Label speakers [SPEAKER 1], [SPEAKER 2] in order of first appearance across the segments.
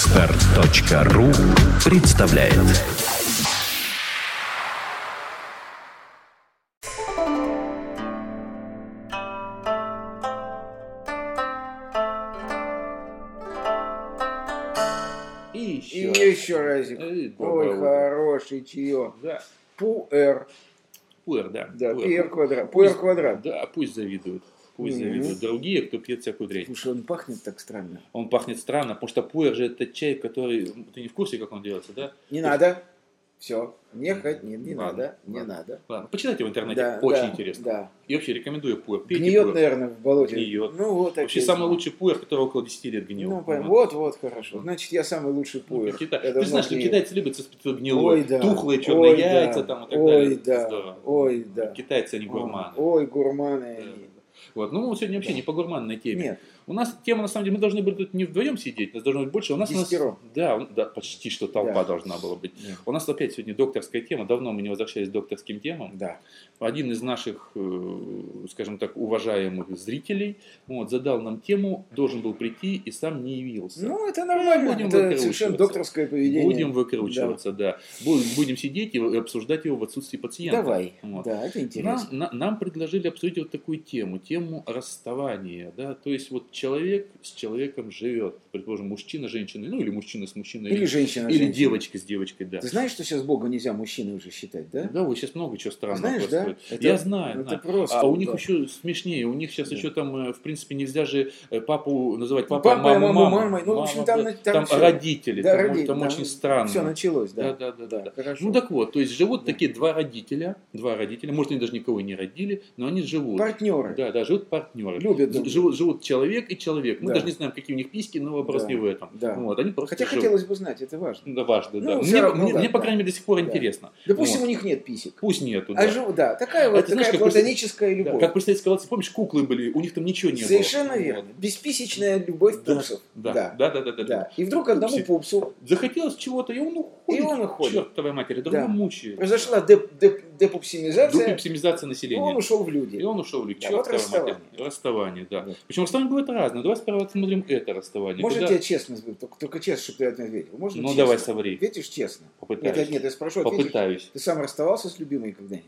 [SPEAKER 1] Отстар.ру представляет
[SPEAKER 2] И
[SPEAKER 3] И
[SPEAKER 2] еще. раз. Э,
[SPEAKER 3] еще разик.
[SPEAKER 2] И доброе
[SPEAKER 3] Ой,
[SPEAKER 2] утро.
[SPEAKER 3] хороший чаек.
[SPEAKER 2] Да.
[SPEAKER 3] Пуэр.
[SPEAKER 2] Пуэр, да.
[SPEAKER 3] Да,
[SPEAKER 2] пуэр.
[SPEAKER 3] пуэр квадрат.
[SPEAKER 2] Пусть-
[SPEAKER 3] Пуэр квадрат.
[SPEAKER 2] Да, а пусть завидуют. Пусть
[SPEAKER 3] Мгм.
[SPEAKER 2] завидуют другие, кто пьет всякую дрянь.
[SPEAKER 3] Слушай, он пахнет так странно.
[SPEAKER 2] Он пахнет странно, потому что пуэр же это чай, который... Ты не в курсе, как он делается, да?
[SPEAKER 3] Не надо. Все. Не хоть не, не
[SPEAKER 2] Ладно,
[SPEAKER 3] надо. Не
[SPEAKER 2] ладно.
[SPEAKER 3] надо.
[SPEAKER 2] Ладно, почитайте в интернете,
[SPEAKER 3] Да,
[SPEAKER 2] очень
[SPEAKER 3] да,
[SPEAKER 2] интересно.
[SPEAKER 3] Да.
[SPEAKER 2] И вообще рекомендую пуэр. Пейте
[SPEAKER 3] Гниет,
[SPEAKER 2] пуэр.
[SPEAKER 3] наверное, в болоте.
[SPEAKER 2] Гниет.
[SPEAKER 3] Ну вот
[SPEAKER 2] Вообще
[SPEAKER 3] опять.
[SPEAKER 2] самый лучший пуэр, который около 10 лет гнил.
[SPEAKER 3] Ну, пойм- вот, вот, хорошо. Значит, я самый лучший
[SPEAKER 2] Ну,
[SPEAKER 3] пуэр.
[SPEAKER 2] Китай-
[SPEAKER 3] Я
[SPEAKER 2] Ты
[SPEAKER 3] давно
[SPEAKER 2] знаешь, что
[SPEAKER 3] гнил.
[SPEAKER 2] китайцы любят все гнилое,
[SPEAKER 3] Ой, да.
[SPEAKER 2] тухлые черные
[SPEAKER 3] Ой, да.
[SPEAKER 2] яйца там и так
[SPEAKER 3] Ой,
[SPEAKER 2] далее.
[SPEAKER 3] да.
[SPEAKER 2] Здорово.
[SPEAKER 3] Ой, да.
[SPEAKER 2] Китайцы, они гурманы.
[SPEAKER 3] Ой, гурманы
[SPEAKER 2] Да.
[SPEAKER 3] они.
[SPEAKER 2] Вот. Ну, мы сегодня вообще
[SPEAKER 3] Да.
[SPEAKER 2] не по гурманной теме.
[SPEAKER 3] Нет,
[SPEAKER 2] У нас тема, на самом деле, мы должны были тут не вдвоем сидеть, нас должно быть больше. У нас, у нас-
[SPEAKER 3] Десятером.
[SPEAKER 2] да, у- да, почти что толпа
[SPEAKER 3] Да.
[SPEAKER 2] должна была быть.
[SPEAKER 3] Да.
[SPEAKER 2] У нас опять сегодня докторская тема. Давно мы не возвращались к докторским темам.
[SPEAKER 3] да.
[SPEAKER 2] Один из наших, э, скажем так, уважаемых зрителей вот, задал нам тему, должен был прийти и сам не явился.
[SPEAKER 3] Ну, это нормально.
[SPEAKER 2] Будем
[SPEAKER 3] это
[SPEAKER 2] выкручиваться.
[SPEAKER 3] совершенно докторское поведение.
[SPEAKER 2] Будем выкручиваться, да. Бу- Будем сидеть и обсуждать его в отсутствии пациента.
[SPEAKER 3] Давай.
[SPEAKER 2] Вот. Ну,
[SPEAKER 3] Да, это
[SPEAKER 2] Нам,
[SPEAKER 3] интересно.
[SPEAKER 2] на- нам предложили обсудить вот такую тему, тему расставания, да, то есть вот человек с человеком живет, предположим, мужчина с женщиной, ну или мужчина с мужчиной,
[SPEAKER 3] Или женщина.
[SPEAKER 2] или
[SPEAKER 3] женщина.
[SPEAKER 2] девочка с девочкой, да.
[SPEAKER 3] Ты знаешь, что сейчас Бога нельзя мужчиной уже считать, да?
[SPEAKER 2] Да, ой, сейчас много чего странного
[SPEAKER 3] Знаешь, да?
[SPEAKER 2] происходит.
[SPEAKER 3] Это-
[SPEAKER 2] Я знаю,
[SPEAKER 3] это
[SPEAKER 2] знаю.
[SPEAKER 3] просто,
[SPEAKER 2] а у них
[SPEAKER 3] да.
[SPEAKER 2] еще смешнее, у них сейчас
[SPEAKER 3] Да.
[SPEAKER 2] еще там, э, в принципе, нельзя же э, папу называть папой,
[SPEAKER 3] Папа,
[SPEAKER 2] а маму,
[SPEAKER 3] маму,
[SPEAKER 2] мамой.
[SPEAKER 3] мамой. Ну, в общем, там-
[SPEAKER 2] да,
[SPEAKER 3] там всё.
[SPEAKER 2] родители,
[SPEAKER 3] Да,
[SPEAKER 2] там,
[SPEAKER 3] родители,
[SPEAKER 2] там
[SPEAKER 3] там
[SPEAKER 2] очень странно.
[SPEAKER 3] Все началось, да.
[SPEAKER 2] Да, да, да, да.
[SPEAKER 3] хорошо.
[SPEAKER 2] Ну так вот, то есть живут
[SPEAKER 3] Да.
[SPEAKER 2] такие два родителя, два родителя, может они даже никого и не родили, но они живут.
[SPEAKER 3] Партнеры.
[SPEAKER 2] Да, да, живут партнеры.
[SPEAKER 3] Любят друг
[SPEAKER 2] Ж- живут, живут человек и человек. Мы
[SPEAKER 3] Да.
[SPEAKER 2] даже не знаем, какие у них письки, но вопрос
[SPEAKER 3] Да.
[SPEAKER 2] не в этом.
[SPEAKER 3] Да.
[SPEAKER 2] Вот, они просто
[SPEAKER 3] Хотя
[SPEAKER 2] живут.
[SPEAKER 3] хотелось бы знать, это важно.
[SPEAKER 2] Да, важно, да.
[SPEAKER 3] Ну, всё
[SPEAKER 2] Мне,
[SPEAKER 3] равно,
[SPEAKER 2] мне-
[SPEAKER 3] да,
[SPEAKER 2] мне, по
[SPEAKER 3] да.
[SPEAKER 2] крайней мере, до сих пор
[SPEAKER 3] Да.
[SPEAKER 2] интересно.
[SPEAKER 3] Допустим,
[SPEAKER 2] Вот.
[SPEAKER 3] у них нет писек.
[SPEAKER 2] Пусть нету, да.
[SPEAKER 3] А жив- да, такая
[SPEAKER 2] Это
[SPEAKER 3] вот
[SPEAKER 2] знаешь,
[SPEAKER 3] такая
[SPEAKER 2] как просто-
[SPEAKER 3] платоническая
[SPEAKER 2] Да,
[SPEAKER 3] любовь.
[SPEAKER 2] Как представитель колодца, помнишь, куклы были, у них там ничего не
[SPEAKER 3] Совершенно
[SPEAKER 2] было. Вот.
[SPEAKER 3] верно. Бесписечная любовь
[SPEAKER 2] Да,
[SPEAKER 3] пупсов.
[SPEAKER 2] Да, да,
[SPEAKER 3] Да.
[SPEAKER 2] да, да, да, да.
[SPEAKER 3] Да. И вдруг одному
[SPEAKER 2] Пупсик.
[SPEAKER 3] пупсу
[SPEAKER 2] Захотелось чего-то, и он уходит.
[SPEAKER 3] И он уходит.
[SPEAKER 2] Чертовой матери, другой
[SPEAKER 3] Да.
[SPEAKER 2] мучает.
[SPEAKER 3] произошла деп- деп-
[SPEAKER 2] Друг
[SPEAKER 3] депупсимизация,
[SPEAKER 2] оптимизация
[SPEAKER 3] и
[SPEAKER 2] населения.
[SPEAKER 3] он ушел в
[SPEAKER 2] И
[SPEAKER 3] люди.
[SPEAKER 2] он ушел в лик.
[SPEAKER 3] Да,
[SPEAKER 2] Чёртова
[SPEAKER 3] вот расставание.
[SPEAKER 2] мать, это Расставание, да.
[SPEAKER 3] Да.
[SPEAKER 2] Причем расставание бывает разное. Давай сперва смотрим это расставание.
[SPEAKER 3] Можно
[SPEAKER 2] Когда-
[SPEAKER 3] тебе честно, сказать? только, только честно, чтобы ты ответил. Можно
[SPEAKER 2] Ну
[SPEAKER 3] честно?
[SPEAKER 2] давай соври.
[SPEAKER 3] Ответишь честно.
[SPEAKER 2] Попытаюсь.
[SPEAKER 3] Нет, нет, нет, я спрошу, ответишь.
[SPEAKER 2] Попытаюсь.
[SPEAKER 3] Ты сам расставался с любимой когда-нибудь?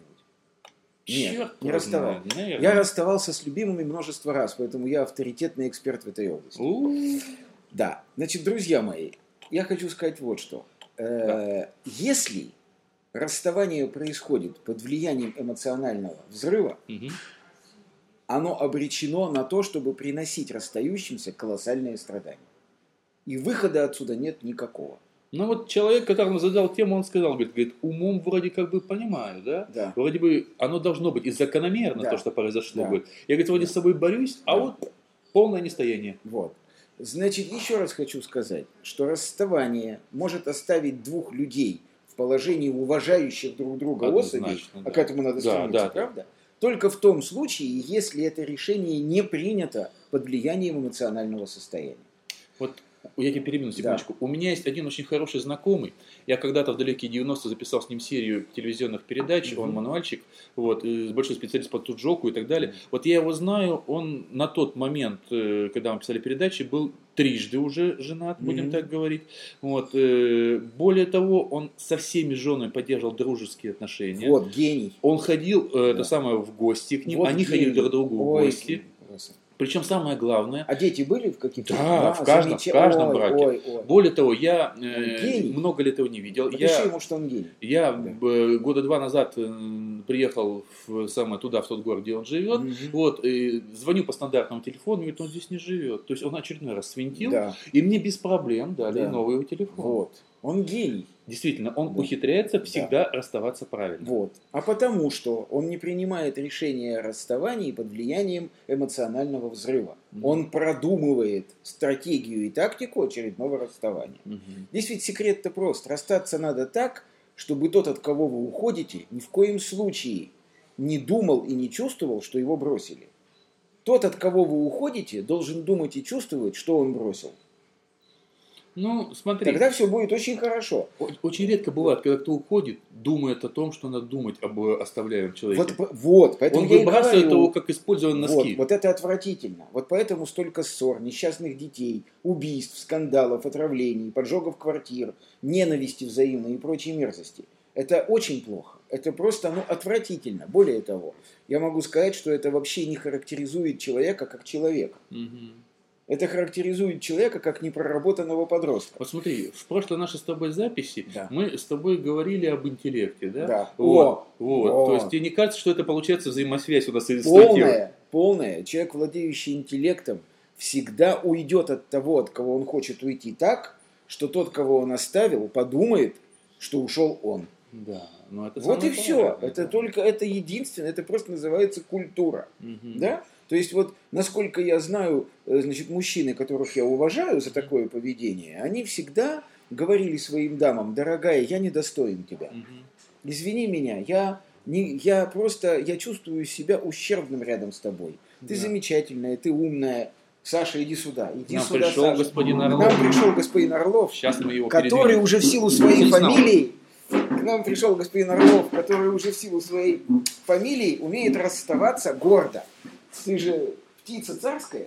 [SPEAKER 3] Нет,
[SPEAKER 2] Чёрт
[SPEAKER 3] не
[SPEAKER 2] его
[SPEAKER 3] расставал.
[SPEAKER 2] знает, наверное.
[SPEAKER 3] Я расставался с любимыми множество раз, поэтому я авторитетный эксперт в этой области.
[SPEAKER 2] У,
[SPEAKER 3] Да. Значит, друзья мои, я хочу сказать вот что. Э, Если расставание происходит под влиянием эмоционального взрыва,
[SPEAKER 2] мгм.
[SPEAKER 3] оно обречено на то, чтобы приносить расстающимся колоссальные страдания. И выхода отсюда нет никакого.
[SPEAKER 2] Ну вот человек, которому задал тему, он сказал, говорит, говорит, умом вроде как бы понимаю, да?
[SPEAKER 3] Да.
[SPEAKER 2] Вроде бы оно должно быть и закономерно
[SPEAKER 3] Да.
[SPEAKER 2] то, что произошло.
[SPEAKER 3] Да.
[SPEAKER 2] Говорит. Я, говорит, вроде с собой борюсь, а
[SPEAKER 3] Да.
[SPEAKER 2] вот полное нестояние.
[SPEAKER 3] Вот. Значит, еще раз хочу сказать, что расставание может оставить двух людей в положении уважающих друг друга особей,
[SPEAKER 2] Однозначно,
[SPEAKER 3] а
[SPEAKER 2] да.
[SPEAKER 3] к этому надо
[SPEAKER 2] Да,
[SPEAKER 3] стремиться,
[SPEAKER 2] да, да.
[SPEAKER 3] правда? Только в том случае, если это решение не принято под влиянием эмоционального состояния.
[SPEAKER 2] Вот я тебя перебью на секундочку. У меня есть один очень хороший знакомый. Я когда-то в далекие 90-е записал с ним серию телевизионных передач. Он
[SPEAKER 3] Мгм.
[SPEAKER 2] мануальщик, вот, э, большой специалист по туджоку и так далее. Вот я его знаю, он на тот момент, э, когда мы писали передачи, был трижды уже женат, будем
[SPEAKER 3] Мгм.
[SPEAKER 2] так говорить. Вот, э, более того, он со всеми женами поддерживал дружеские отношения.
[SPEAKER 3] Вот, гений.
[SPEAKER 2] Он ходил, э, это
[SPEAKER 3] Да.
[SPEAKER 2] самое, в гости к ним,
[SPEAKER 3] Вот
[SPEAKER 2] они
[SPEAKER 3] гений.
[SPEAKER 2] ходили друг к другу в
[SPEAKER 3] Ой,
[SPEAKER 2] гости.
[SPEAKER 3] красота.
[SPEAKER 2] Причем самое главное,
[SPEAKER 3] А дети были в каких-то?
[SPEAKER 2] Да, в каждом- в каждом
[SPEAKER 3] Ой,
[SPEAKER 2] браке.
[SPEAKER 3] ой, ой.
[SPEAKER 2] Более того, я э,
[SPEAKER 3] Гений.
[SPEAKER 2] много лет его не видел.
[SPEAKER 3] Напиши
[SPEAKER 2] Я,
[SPEAKER 3] ему, что он гений.
[SPEAKER 2] я
[SPEAKER 3] Да.
[SPEAKER 2] э, года два назад э, приехал в, самое, туда, в тот город, где он живет.
[SPEAKER 3] Мгм.
[SPEAKER 2] Вот, и звоню по стандартному телефону, говорит, он здесь не живет. То есть он очередной раз свинтил,
[SPEAKER 3] Да,
[SPEAKER 2] и мне без проблем дали
[SPEAKER 3] Да.
[SPEAKER 2] новый его телефон.
[SPEAKER 3] вот. Он гений.
[SPEAKER 2] Действительно, он
[SPEAKER 3] Да.
[SPEAKER 2] ухитряется всегда расставаться правильно.
[SPEAKER 3] Вот. А потому что он не принимает решения о расставании под влиянием эмоционального взрыва.
[SPEAKER 2] Мгм.
[SPEAKER 3] Он продумывает стратегию и тактику очередного расставания.
[SPEAKER 2] Мгм.
[SPEAKER 3] Здесь ведь секрет-то прост. Расстаться надо так, чтобы тот, от кого вы уходите, ни в коем случае не думал и не чувствовал, что его бросили. Тот, от кого вы уходите, должен думать и чувствовать, что он бросил.
[SPEAKER 2] Ну, смотри.
[SPEAKER 3] Тогда все будет очень хорошо.
[SPEAKER 2] О- Очень редко бывает, когда кто уходит, думает о том, что надо думать об э, оставляемом
[SPEAKER 3] Вот,
[SPEAKER 2] человеке.
[SPEAKER 3] п- вот, поэтому
[SPEAKER 2] Он
[SPEAKER 3] я и
[SPEAKER 2] выбрасывает
[SPEAKER 3] говорю.
[SPEAKER 2] его как использованные
[SPEAKER 3] Вот,
[SPEAKER 2] носки.
[SPEAKER 3] вот это отвратительно. Вот поэтому столько ссор, несчастных детей, убийств, скандалов, отравлений, поджогов квартир, ненависти взаимной и прочей мерзости. Это очень плохо. Это просто ну, отвратительно. Более того, я могу сказать, что это вообще не характеризует человека как человека.
[SPEAKER 2] Мгм.
[SPEAKER 3] Это характеризует человека как непроработанного подростка.
[SPEAKER 2] Вот смотри, в прошлой нашей с тобой записи
[SPEAKER 3] Да.
[SPEAKER 2] мы с тобой говорили об интеллекте, да?
[SPEAKER 3] Да.
[SPEAKER 2] Вот.
[SPEAKER 3] О,
[SPEAKER 2] вот.
[SPEAKER 3] вот.
[SPEAKER 2] То есть тебе не кажется, что это получается взаимосвязь у нас из статьи?
[SPEAKER 3] полная, полная. Человек, владеющий интеллектом, всегда уйдет от того, от кого он хочет уйти так, что тот, кого он оставил, подумает, что ушел он.
[SPEAKER 2] Да. Ну, это
[SPEAKER 3] вот и
[SPEAKER 2] самое
[SPEAKER 3] все.
[SPEAKER 2] положительное.
[SPEAKER 3] Это только, это единственное, это просто называется культура.
[SPEAKER 2] Мгм.
[SPEAKER 3] Да? То есть вот, насколько я знаю, э, значит, мужчины, которых я уважаю за такое поведение, они всегда говорили своим дамам, дорогая, я недостоин тебя.
[SPEAKER 2] Мгм.
[SPEAKER 3] Извини меня, я, не, я просто я чувствую себя ущербным рядом с тобой.
[SPEAKER 2] Да.
[SPEAKER 3] Ты замечательная, ты умная. Саша, иди сюда. Иди
[SPEAKER 2] Нам
[SPEAKER 3] сюда,
[SPEAKER 2] пришел
[SPEAKER 3] Саша.
[SPEAKER 2] господин
[SPEAKER 3] К
[SPEAKER 2] Орлов.
[SPEAKER 3] Нам пришел господин Орлов,
[SPEAKER 2] Сейчас мы его
[SPEAKER 3] который
[SPEAKER 2] передвинем.
[SPEAKER 3] уже в силу своей
[SPEAKER 2] Здесь нам.
[SPEAKER 3] фамилии... К нам пришел господин Орлов, который уже в силу своей фамилии умеет расставаться гордо. Ты же птица царская.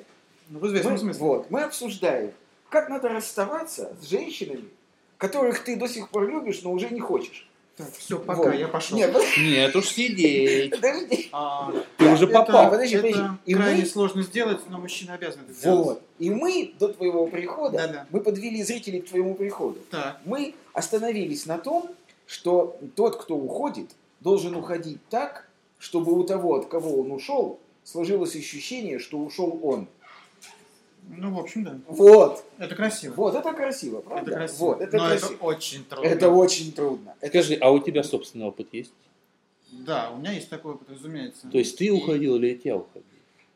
[SPEAKER 4] Ну, в известном
[SPEAKER 3] Мы-
[SPEAKER 4] смысле.
[SPEAKER 3] вот, мы обсуждаем, как надо расставаться с женщинами, которых ты до сих пор любишь, но уже не хочешь.
[SPEAKER 4] Так, все, пока,
[SPEAKER 3] Вот.
[SPEAKER 4] я пошел.
[SPEAKER 3] Нет,
[SPEAKER 2] Нет уж сидеть.
[SPEAKER 3] Подожди.
[SPEAKER 4] А,
[SPEAKER 2] Ты уже
[SPEAKER 4] это-
[SPEAKER 2] попал.
[SPEAKER 3] Подожди,
[SPEAKER 4] это
[SPEAKER 3] подожди. И
[SPEAKER 4] крайне
[SPEAKER 3] мы-
[SPEAKER 4] сложно сделать, но мужчина обязан это сделать.
[SPEAKER 3] Вот. И мы до твоего прихода,
[SPEAKER 4] Да-да.
[SPEAKER 3] мы подвели зрителей к твоему приходу.
[SPEAKER 4] Так,
[SPEAKER 3] Мы остановились на том, что тот, кто уходит, должен уходить так, чтобы у того, от кого он ушел, сложилось ощущение, что ушел он.
[SPEAKER 4] ну, в общем, да.
[SPEAKER 3] Вот.
[SPEAKER 4] Это красиво.
[SPEAKER 3] Вот это красиво, правда?
[SPEAKER 4] Это красиво.
[SPEAKER 3] Вот, это
[SPEAKER 4] но
[SPEAKER 3] красиво.
[SPEAKER 4] это очень трудно.
[SPEAKER 3] Это очень трудно. Это
[SPEAKER 2] Скажи, а у тебя собственный опыт есть?
[SPEAKER 4] Да, у меня есть такое, опыт, разумеется.
[SPEAKER 2] То есть ты
[SPEAKER 4] И-
[SPEAKER 2] уходил или я тебя уходил?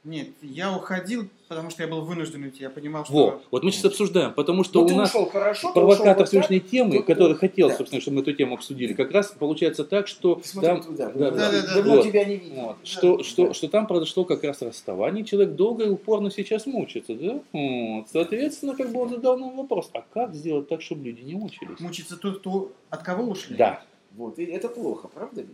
[SPEAKER 4] Нет, я уходил, потому что я был вынужден уйти. Я понимал, что...
[SPEAKER 2] Во, вот мы сейчас обсуждаем, потому что
[SPEAKER 3] Ну,
[SPEAKER 2] у
[SPEAKER 3] ты
[SPEAKER 2] нас
[SPEAKER 3] ушел хорошо, ты ушел
[SPEAKER 2] провокатор
[SPEAKER 3] вот так.
[SPEAKER 2] сегодняшней темы,
[SPEAKER 3] Тут-
[SPEAKER 2] который
[SPEAKER 3] тут-
[SPEAKER 2] хотел,
[SPEAKER 3] да.
[SPEAKER 2] собственно, чтобы мы эту тему обсудили, как раз получается так, что
[SPEAKER 3] Смотри
[SPEAKER 2] там-
[SPEAKER 3] туда.
[SPEAKER 2] да, да.
[SPEAKER 4] Да-да-да.
[SPEAKER 3] Давно
[SPEAKER 2] Вот.
[SPEAKER 3] тебя не видел.
[SPEAKER 2] Вот, что, что, что там произошло как раз расставание, человек долго и упорно сейчас мучится, да? Вот, соответственно, как бы он задал нам вопрос, а как сделать так, чтобы люди не мучились?
[SPEAKER 4] Мучиться тот, кто... От кого ушли?
[SPEAKER 2] Да.
[SPEAKER 3] Вот. И это плохо, правда ведь?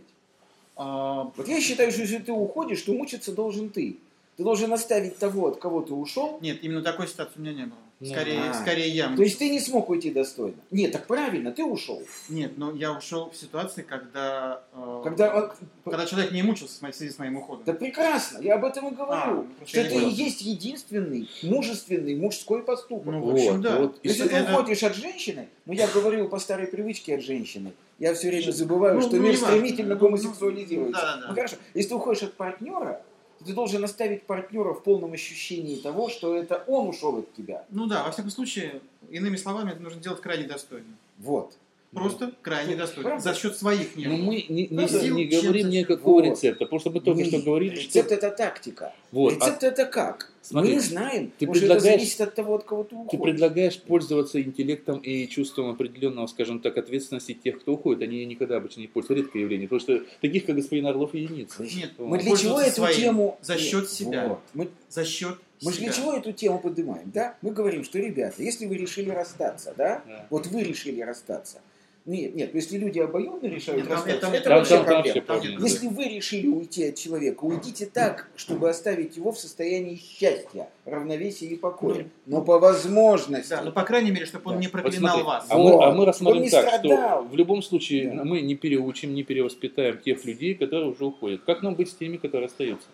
[SPEAKER 4] А,
[SPEAKER 3] Вот я считаю, что если ты уходишь, то мучиться должен ты. Ты должен оставить того, от кого ты ушел.
[SPEAKER 4] нет, именно такой ситуации у меня не было.
[SPEAKER 2] Ну,
[SPEAKER 4] Скорее,
[SPEAKER 3] а.
[SPEAKER 4] скорее я.
[SPEAKER 3] То есть ты не смог уйти достойно. Нет, так правильно, ты ушел.
[SPEAKER 4] Нет, но я ушел в ситуации, когда... э,
[SPEAKER 3] Когда...
[SPEAKER 4] когда человек не мучился в моей- в связи с моим уходом.
[SPEAKER 3] Да прекрасно, я об этом и
[SPEAKER 4] А,
[SPEAKER 3] говорю.
[SPEAKER 4] ну,
[SPEAKER 3] что
[SPEAKER 4] я
[SPEAKER 3] это
[SPEAKER 4] понял.
[SPEAKER 3] и есть единственный мужественный мужской поступок.
[SPEAKER 4] Ну, в
[SPEAKER 2] Вот,
[SPEAKER 4] общем, да.
[SPEAKER 2] вот.
[SPEAKER 3] если
[SPEAKER 4] Это-
[SPEAKER 3] ты уходишь от женщины, ну я говорил по старой привычке от женщины, я все время забываю,
[SPEAKER 4] Ну,
[SPEAKER 3] что
[SPEAKER 4] ну,
[SPEAKER 3] мир
[SPEAKER 4] не важно.
[SPEAKER 3] стремительно
[SPEAKER 4] Ну,
[SPEAKER 3] гомосексуализируется.
[SPEAKER 4] ну, да-да-да.
[SPEAKER 3] Ну хорошо, если ты уходишь от партнера, то ты должен оставить партнера в полном ощущении того, что это он ушел от тебя.
[SPEAKER 4] Ну да, во всяком случае, иными словами, это нужно делать крайне достойно.
[SPEAKER 3] Вот.
[SPEAKER 4] Просто крайне
[SPEAKER 3] Ну,
[SPEAKER 4] достойно.
[SPEAKER 3] правда.
[SPEAKER 4] За счет своих
[SPEAKER 2] Но
[SPEAKER 4] нервов.
[SPEAKER 2] мы не, не-
[SPEAKER 4] Ну,
[SPEAKER 2] не
[SPEAKER 4] сил
[SPEAKER 2] говорим
[SPEAKER 4] чем-то-
[SPEAKER 2] никакого
[SPEAKER 3] Вот.
[SPEAKER 2] рецепта, потому что мы только
[SPEAKER 3] Не,
[SPEAKER 2] что говорили, что...
[SPEAKER 3] Ну, Рецепт это тактика.
[SPEAKER 2] Вот, а
[SPEAKER 3] Рецепт это как?
[SPEAKER 2] Смотри,
[SPEAKER 3] Мы не знаем,
[SPEAKER 2] ты
[SPEAKER 3] потому что это
[SPEAKER 2] предлагаешь-
[SPEAKER 3] зависит от того, от кого ты уходишь.
[SPEAKER 2] Ты предлагаешь пользоваться интеллектом и чувством определенного, скажем так, ответственности тех, кто уходит. Они ей никогда обычно не пользуются. Редкое явление. Потому что таких, как господин Орлов, единицы.
[SPEAKER 4] Нет,
[SPEAKER 3] Мы для
[SPEAKER 4] пользоваться
[SPEAKER 3] чего эту
[SPEAKER 4] своим
[SPEAKER 3] тему...
[SPEAKER 4] За
[SPEAKER 3] Нет,
[SPEAKER 4] счет себя.
[SPEAKER 3] вот. Мы,
[SPEAKER 4] За счет
[SPEAKER 3] мы же
[SPEAKER 4] себя.
[SPEAKER 3] для чего эту тему поднимаем, да? Мы говорим, что, ребята, если вы решили расстаться, да?
[SPEAKER 2] Да.
[SPEAKER 3] Вот вы решили расстаться. Нет, нет, если люди обоюдно решают
[SPEAKER 4] Нет, там-
[SPEAKER 3] расстаться,
[SPEAKER 4] там-
[SPEAKER 3] это
[SPEAKER 4] там-
[SPEAKER 3] вообще
[SPEAKER 4] там-
[SPEAKER 2] там
[SPEAKER 3] проблема.
[SPEAKER 2] вообще
[SPEAKER 4] проблема.
[SPEAKER 2] проблема.
[SPEAKER 3] Если вы решили уйти от человека, уйдите так, чтобы оставить его в состоянии счастья, равновесия и покоя. Но по возможности.
[SPEAKER 4] Ну, Да, ну, по крайней мере, чтобы он
[SPEAKER 3] Да.
[SPEAKER 4] не
[SPEAKER 2] Вот
[SPEAKER 4] проклинал
[SPEAKER 2] смотри,
[SPEAKER 4] вас.
[SPEAKER 2] А мы, а
[SPEAKER 3] Вот.
[SPEAKER 2] мы
[SPEAKER 3] Он
[SPEAKER 2] рассмотрим
[SPEAKER 3] не
[SPEAKER 2] так,
[SPEAKER 3] страдал.
[SPEAKER 2] что в любом случае
[SPEAKER 3] Да.
[SPEAKER 2] мы не переучим, не перевоспитаем тех людей, которые уже уходят. Как нам быть с теми, которые остаются?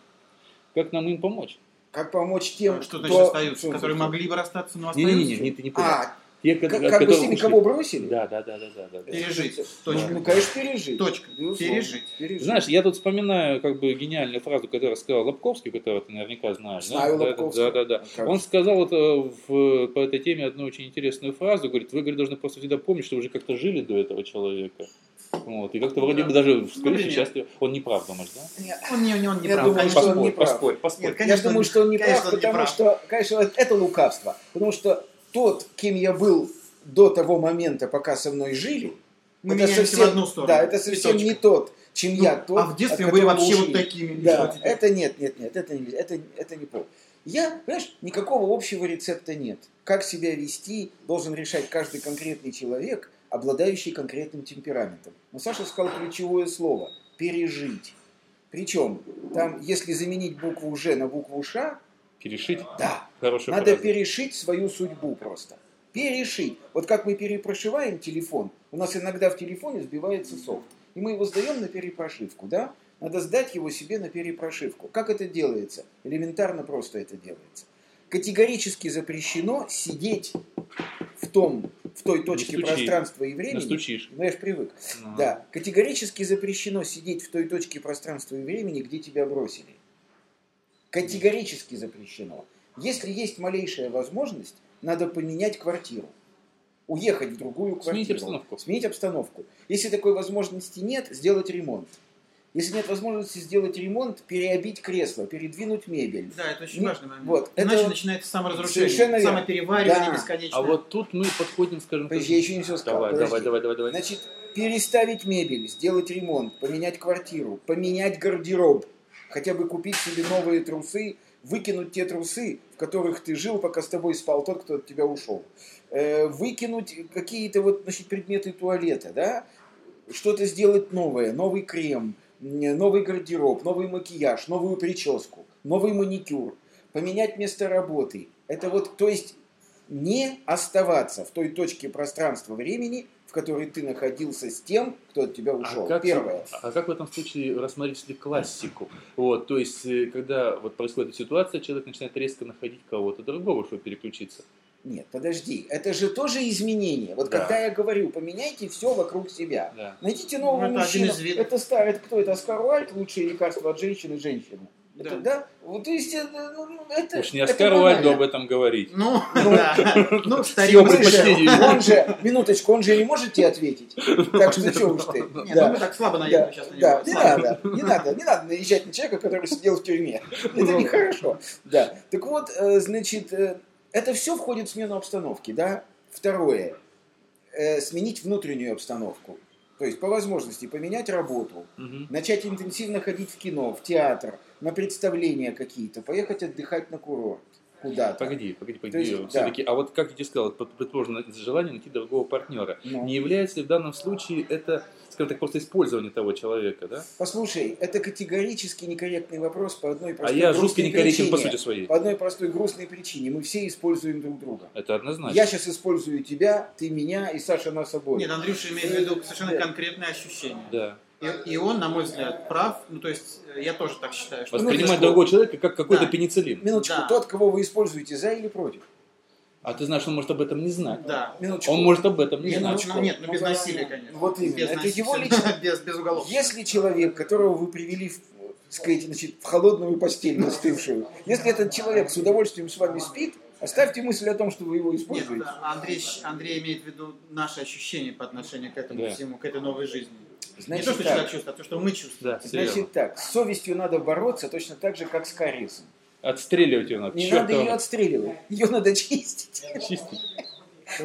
[SPEAKER 2] Как нам им помочь?
[SPEAKER 3] Как помочь тем, кто-
[SPEAKER 4] Что значит остаются?
[SPEAKER 3] что-
[SPEAKER 4] Которые могли бы расстаться, но
[SPEAKER 2] Не, не, не,
[SPEAKER 4] остаются.
[SPEAKER 2] не, ты не понял.
[SPEAKER 3] А,
[SPEAKER 2] Те,
[SPEAKER 3] как,
[SPEAKER 2] которые-
[SPEAKER 3] как бы с
[SPEAKER 2] которые
[SPEAKER 3] ними
[SPEAKER 2] ушли.
[SPEAKER 3] кого бросили?
[SPEAKER 2] Да, да, да, да, да, да, да.
[SPEAKER 4] Пережить.
[SPEAKER 3] Ну,
[SPEAKER 4] Точка.
[SPEAKER 3] Ну, конечно, пережить.
[SPEAKER 4] Точка.
[SPEAKER 3] Безусловно.
[SPEAKER 4] Пережить.
[SPEAKER 3] Пережить.
[SPEAKER 2] Знаешь, я тут вспоминаю как бы гениальную фразу, которую сказал Лобковский, которую ты наверняка знаешь. да?
[SPEAKER 3] Знаю
[SPEAKER 2] да,
[SPEAKER 3] Лобковского.
[SPEAKER 2] Да, да, да.
[SPEAKER 3] Как
[SPEAKER 2] Он
[SPEAKER 3] же.
[SPEAKER 2] сказал вот, э, в- по этой теме одну очень интересную фразу. Говорит, вы говорит, должны просто всегда помнить, что вы уже как-то жили до этого человека. Вот. И как-то вроде
[SPEAKER 4] Да.
[SPEAKER 3] Ну,
[SPEAKER 2] бы даже, скорее
[SPEAKER 4] Например.
[SPEAKER 2] сейчас ты- он не прав, думаешь, да? Ну,
[SPEAKER 4] Он не, не- он не
[SPEAKER 3] Я
[SPEAKER 4] прав.
[SPEAKER 3] думаю, что
[SPEAKER 4] конечно.
[SPEAKER 3] он
[SPEAKER 2] Поспорь,
[SPEAKER 3] не прав.
[SPEAKER 2] поспорь, поспорь.
[SPEAKER 4] Нет, конечно,
[SPEAKER 3] я думаю, что он не
[SPEAKER 4] конечно,
[SPEAKER 3] прав,
[SPEAKER 4] он не
[SPEAKER 3] потому
[SPEAKER 4] прав.
[SPEAKER 3] что, конечно, вот это лукавство. Потому что тот, кем я был до того момента, пока со мной жили,
[SPEAKER 4] Мы
[SPEAKER 3] это
[SPEAKER 4] меняемся
[SPEAKER 3] совсем,
[SPEAKER 4] в одну сторону.
[SPEAKER 3] Да, это
[SPEAKER 4] И
[SPEAKER 3] совсем
[SPEAKER 4] точка.
[SPEAKER 3] не тот, чем
[SPEAKER 4] Ну,
[SPEAKER 3] я тот.
[SPEAKER 4] а в детстве
[SPEAKER 3] от
[SPEAKER 4] вы
[SPEAKER 3] которого
[SPEAKER 4] вообще
[SPEAKER 3] ушли.
[SPEAKER 4] вот такими.
[SPEAKER 3] Да,
[SPEAKER 4] что теперь?
[SPEAKER 3] это нет, нет, нет, это, не- это, это не повод. Я, понимаешь, никакого общего рецепта нет. Как себя вести, должен решать каждый конкретный человек, обладающий конкретным темпераментом. Но Саша сказал ключевое слово – пережить. Причем, там, если заменить букву «Ж» на букву «Ш»,
[SPEAKER 2] Перешить?
[SPEAKER 3] да,
[SPEAKER 2] Хорошая
[SPEAKER 3] надо
[SPEAKER 2] фраза.
[SPEAKER 3] перешить свою судьбу просто. Перешить. Вот как мы перепрошиваем телефон, у нас иногда в телефоне сбивается софт. И мы его сдаем на перепрошивку, да? Надо сдать его себе на перепрошивку. Как это делается? Элементарно просто это делается. Категорически запрещено сидеть в, том, в той точке
[SPEAKER 2] стучи.
[SPEAKER 3] пространства и времени.
[SPEAKER 2] Настучишь. а
[SPEAKER 3] Ну, я ж привык.
[SPEAKER 2] Ага.
[SPEAKER 3] Да, категорически запрещено сидеть в той точке пространства и времени, где тебя бросили. Категорически запрещено. Если есть малейшая возможность, надо поменять квартиру. Уехать в другую квартиру.
[SPEAKER 2] Сменить обстановку.
[SPEAKER 3] Сменить обстановку. Если такой возможности нет, сделать ремонт. Если нет возможности сделать ремонт, переобить кресло, передвинуть мебель.
[SPEAKER 4] Да, это очень
[SPEAKER 3] Ну,
[SPEAKER 4] важный момент.
[SPEAKER 3] вот,
[SPEAKER 4] Иначе
[SPEAKER 3] это-
[SPEAKER 4] начинается саморазрушение,
[SPEAKER 3] Совершенно верно.
[SPEAKER 4] самопереваривание
[SPEAKER 3] Да.
[SPEAKER 4] бесконечное.
[SPEAKER 2] А вот тут мы подходим, скажем так...
[SPEAKER 3] Подожди, я еще не все сказал.
[SPEAKER 2] Давай,
[SPEAKER 3] подожди.
[SPEAKER 2] давай, давай, давай, давай.
[SPEAKER 3] Значит, переставить мебель, сделать ремонт, поменять квартиру, поменять гардероб, хотя бы купить себе новые трусы, выкинуть те трусы, в которых ты жил, пока с тобой спал тот, кто от тебя ушел. Э, выкинуть какие-то вот, значит, предметы туалета, да? Что-то сделать новое, новый крем, м, новый гардероб, новый макияж, новую прическу, новый маникюр, поменять место работы. Это вот, то есть не оставаться в той точке пространства времени, в которой ты находился с тем, кто от тебя ушел.
[SPEAKER 2] А как,
[SPEAKER 3] Первое.
[SPEAKER 2] а как в этом случае рассмотреть если классику? Вот, то есть, э, когда вот происходит эта ситуация, человек начинает резко находить кого-то другого, чтобы переключиться.
[SPEAKER 3] Нет, подожди. Это же тоже изменение. Вот
[SPEAKER 2] Да.
[SPEAKER 3] когда я говорю, поменяйте все вокруг себя.
[SPEAKER 2] Да.
[SPEAKER 3] Найдите нового
[SPEAKER 4] Ну, это один
[SPEAKER 3] мужчину.
[SPEAKER 4] из видов.
[SPEAKER 3] Это старый, это кто это? Оскар Уальт? Лучшее лекарство от женщины женщины.
[SPEAKER 4] Да.
[SPEAKER 3] Это, да? Вот, то есть, это, ну, это-
[SPEAKER 2] Уж не
[SPEAKER 3] это
[SPEAKER 2] Оскару
[SPEAKER 3] банально.
[SPEAKER 2] Вальду об этом говорить.
[SPEAKER 4] Ну, да. Ну,
[SPEAKER 2] Его
[SPEAKER 3] Он
[SPEAKER 4] старик.
[SPEAKER 3] же-
[SPEAKER 2] предпочтение. Ну,
[SPEAKER 3] он же, минуточку, он же не может тебе ответить. Так что что уж ты.
[SPEAKER 4] Нет,
[SPEAKER 3] Да.
[SPEAKER 4] ну мы так слабо
[SPEAKER 3] Да,
[SPEAKER 4] наедем сейчас на
[SPEAKER 3] да,
[SPEAKER 4] него.
[SPEAKER 3] не
[SPEAKER 4] Слабо.
[SPEAKER 3] надо, не надо, не надо наезжать на человека, который сидел в тюрьме.
[SPEAKER 4] Ну,
[SPEAKER 3] Это нехорошо. Да. Так вот, э, значит, э, это все входит в смену обстановки, да? Второе. Э, Сменить внутреннюю обстановку. То есть, по возможности, поменять работу,
[SPEAKER 2] Мгм.
[SPEAKER 3] начать интенсивно ходить в кино, в театр, на представления какие-то, поехать отдыхать на курорт куда-то.
[SPEAKER 2] Погоди, погоди,
[SPEAKER 3] То есть,
[SPEAKER 2] погоди.
[SPEAKER 3] да.
[SPEAKER 2] Все-таки, а вот как я тебе сказал, под- предположим, на- желание найти другого партнера.
[SPEAKER 3] Ну.
[SPEAKER 2] Не является ли в данном случае это, скажем так, просто использование того человека, да?
[SPEAKER 3] Послушай, это категорически некорректный вопрос по одной
[SPEAKER 2] А
[SPEAKER 3] простой
[SPEAKER 2] я
[SPEAKER 3] грустной
[SPEAKER 2] жутко некорректен по
[SPEAKER 3] причине.
[SPEAKER 2] сути своей.
[SPEAKER 3] По одной простой грустной причине. Мы все используем друг друга.
[SPEAKER 2] Это однозначно.
[SPEAKER 3] Я сейчас использую тебя, ты меня и Саша нас обоих. Э,
[SPEAKER 4] Нет, Андрюша имеет в виду совершенно конкретные ощущения.
[SPEAKER 2] Да.
[SPEAKER 4] И, и он, на мой взгляд, прав. Ну, то есть, э, я тоже так считаю. Что
[SPEAKER 2] Воспринимать
[SPEAKER 3] ну,
[SPEAKER 2] другого человека как какой-то
[SPEAKER 4] Да.
[SPEAKER 2] пенициллин.
[SPEAKER 3] Минуточку,
[SPEAKER 4] Да.
[SPEAKER 3] тот, кого вы используете за или против.
[SPEAKER 2] А ты знаешь, он может об этом не знать.
[SPEAKER 4] ну, Да.
[SPEAKER 3] Минуточку.
[SPEAKER 2] Он может об этом не
[SPEAKER 4] Нет, ну,
[SPEAKER 2] знать.
[SPEAKER 4] ну, нет, ну без
[SPEAKER 3] Ну,
[SPEAKER 4] насилия,
[SPEAKER 3] правильно.
[SPEAKER 4] конечно.
[SPEAKER 3] Вот именно.
[SPEAKER 4] Без
[SPEAKER 3] Это
[SPEAKER 4] насилия.
[SPEAKER 3] его личное-
[SPEAKER 4] без, без уголов.
[SPEAKER 3] Если человек, которого вы привели в, так сказать, значит, в холодную постель настывшую, если этот человек с удовольствием с вами спит, оставьте мысль о том, что вы его
[SPEAKER 4] Нет,
[SPEAKER 3] используете.
[SPEAKER 4] да, Андрей, щ- Андрей имеет в виду наши ощущения по отношению к этому
[SPEAKER 2] Да.
[SPEAKER 4] всему, к этой новой жизни.
[SPEAKER 3] Значит,
[SPEAKER 4] не то, что
[SPEAKER 3] так.
[SPEAKER 4] человек чувствует, а то, что мы чувствуем.
[SPEAKER 2] Да, всё верно.
[SPEAKER 3] Значит так, с совестью надо бороться точно так же, как с кариесом.
[SPEAKER 2] Отстреливать его надо.
[SPEAKER 3] Не
[SPEAKER 2] Чёрт
[SPEAKER 3] надо
[SPEAKER 2] его
[SPEAKER 3] ее отстреливать, ее надо чистить.
[SPEAKER 2] Чистить.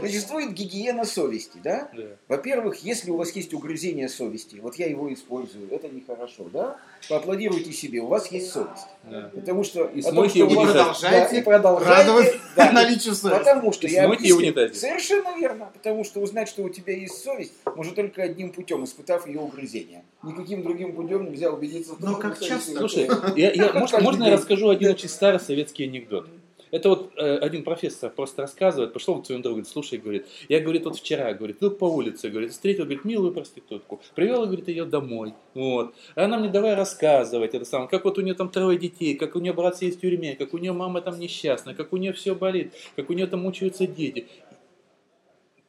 [SPEAKER 3] Существует гигиена совести, да?
[SPEAKER 2] Да.
[SPEAKER 3] Во-первых, если у вас есть угрызение совести, вот я его использую, это нехорошо, да? Поаплодируйте себе, у вас есть совесть.
[SPEAKER 2] Да.
[SPEAKER 3] Потому что... И
[SPEAKER 2] смойте его
[SPEAKER 4] И
[SPEAKER 2] Вот так.
[SPEAKER 4] продолжайте,
[SPEAKER 3] Да, и продолжайте,
[SPEAKER 4] радовать
[SPEAKER 3] да.
[SPEAKER 4] наличию совести.
[SPEAKER 3] Потому что
[SPEAKER 2] И
[SPEAKER 3] я
[SPEAKER 2] смойте и
[SPEAKER 3] объясню.
[SPEAKER 2] унитазе.
[SPEAKER 3] Совершенно верно. Потому что узнать, что у тебя есть совесть, можно только одним путем, испытав ее угрызение. Никаким другим путем нельзя убедиться в том,
[SPEAKER 4] Но
[SPEAKER 3] что
[SPEAKER 4] как
[SPEAKER 3] совесть
[SPEAKER 4] часто?
[SPEAKER 3] есть.
[SPEAKER 2] Слушай, я, я-
[SPEAKER 3] Как
[SPEAKER 2] можно,
[SPEAKER 3] каждый
[SPEAKER 2] можно я
[SPEAKER 3] день.
[SPEAKER 2] расскажу один очень старый советский анекдот? Это вот э, один профессор просто рассказывает, пошел он к своему другу, говорит, слушай, говорит, я, говорит, вот вчера, говорит, ну по улице, говорит, встретил, говорит, милую проститутку, привел, говорит, ее домой, вот, а она мне давай рассказывать, это самое, как вот у нее там трое детей, как у нее брат сидит в тюрьме, как у нее мама там несчастна, как у нее все болит, как у нее там мучаются дети.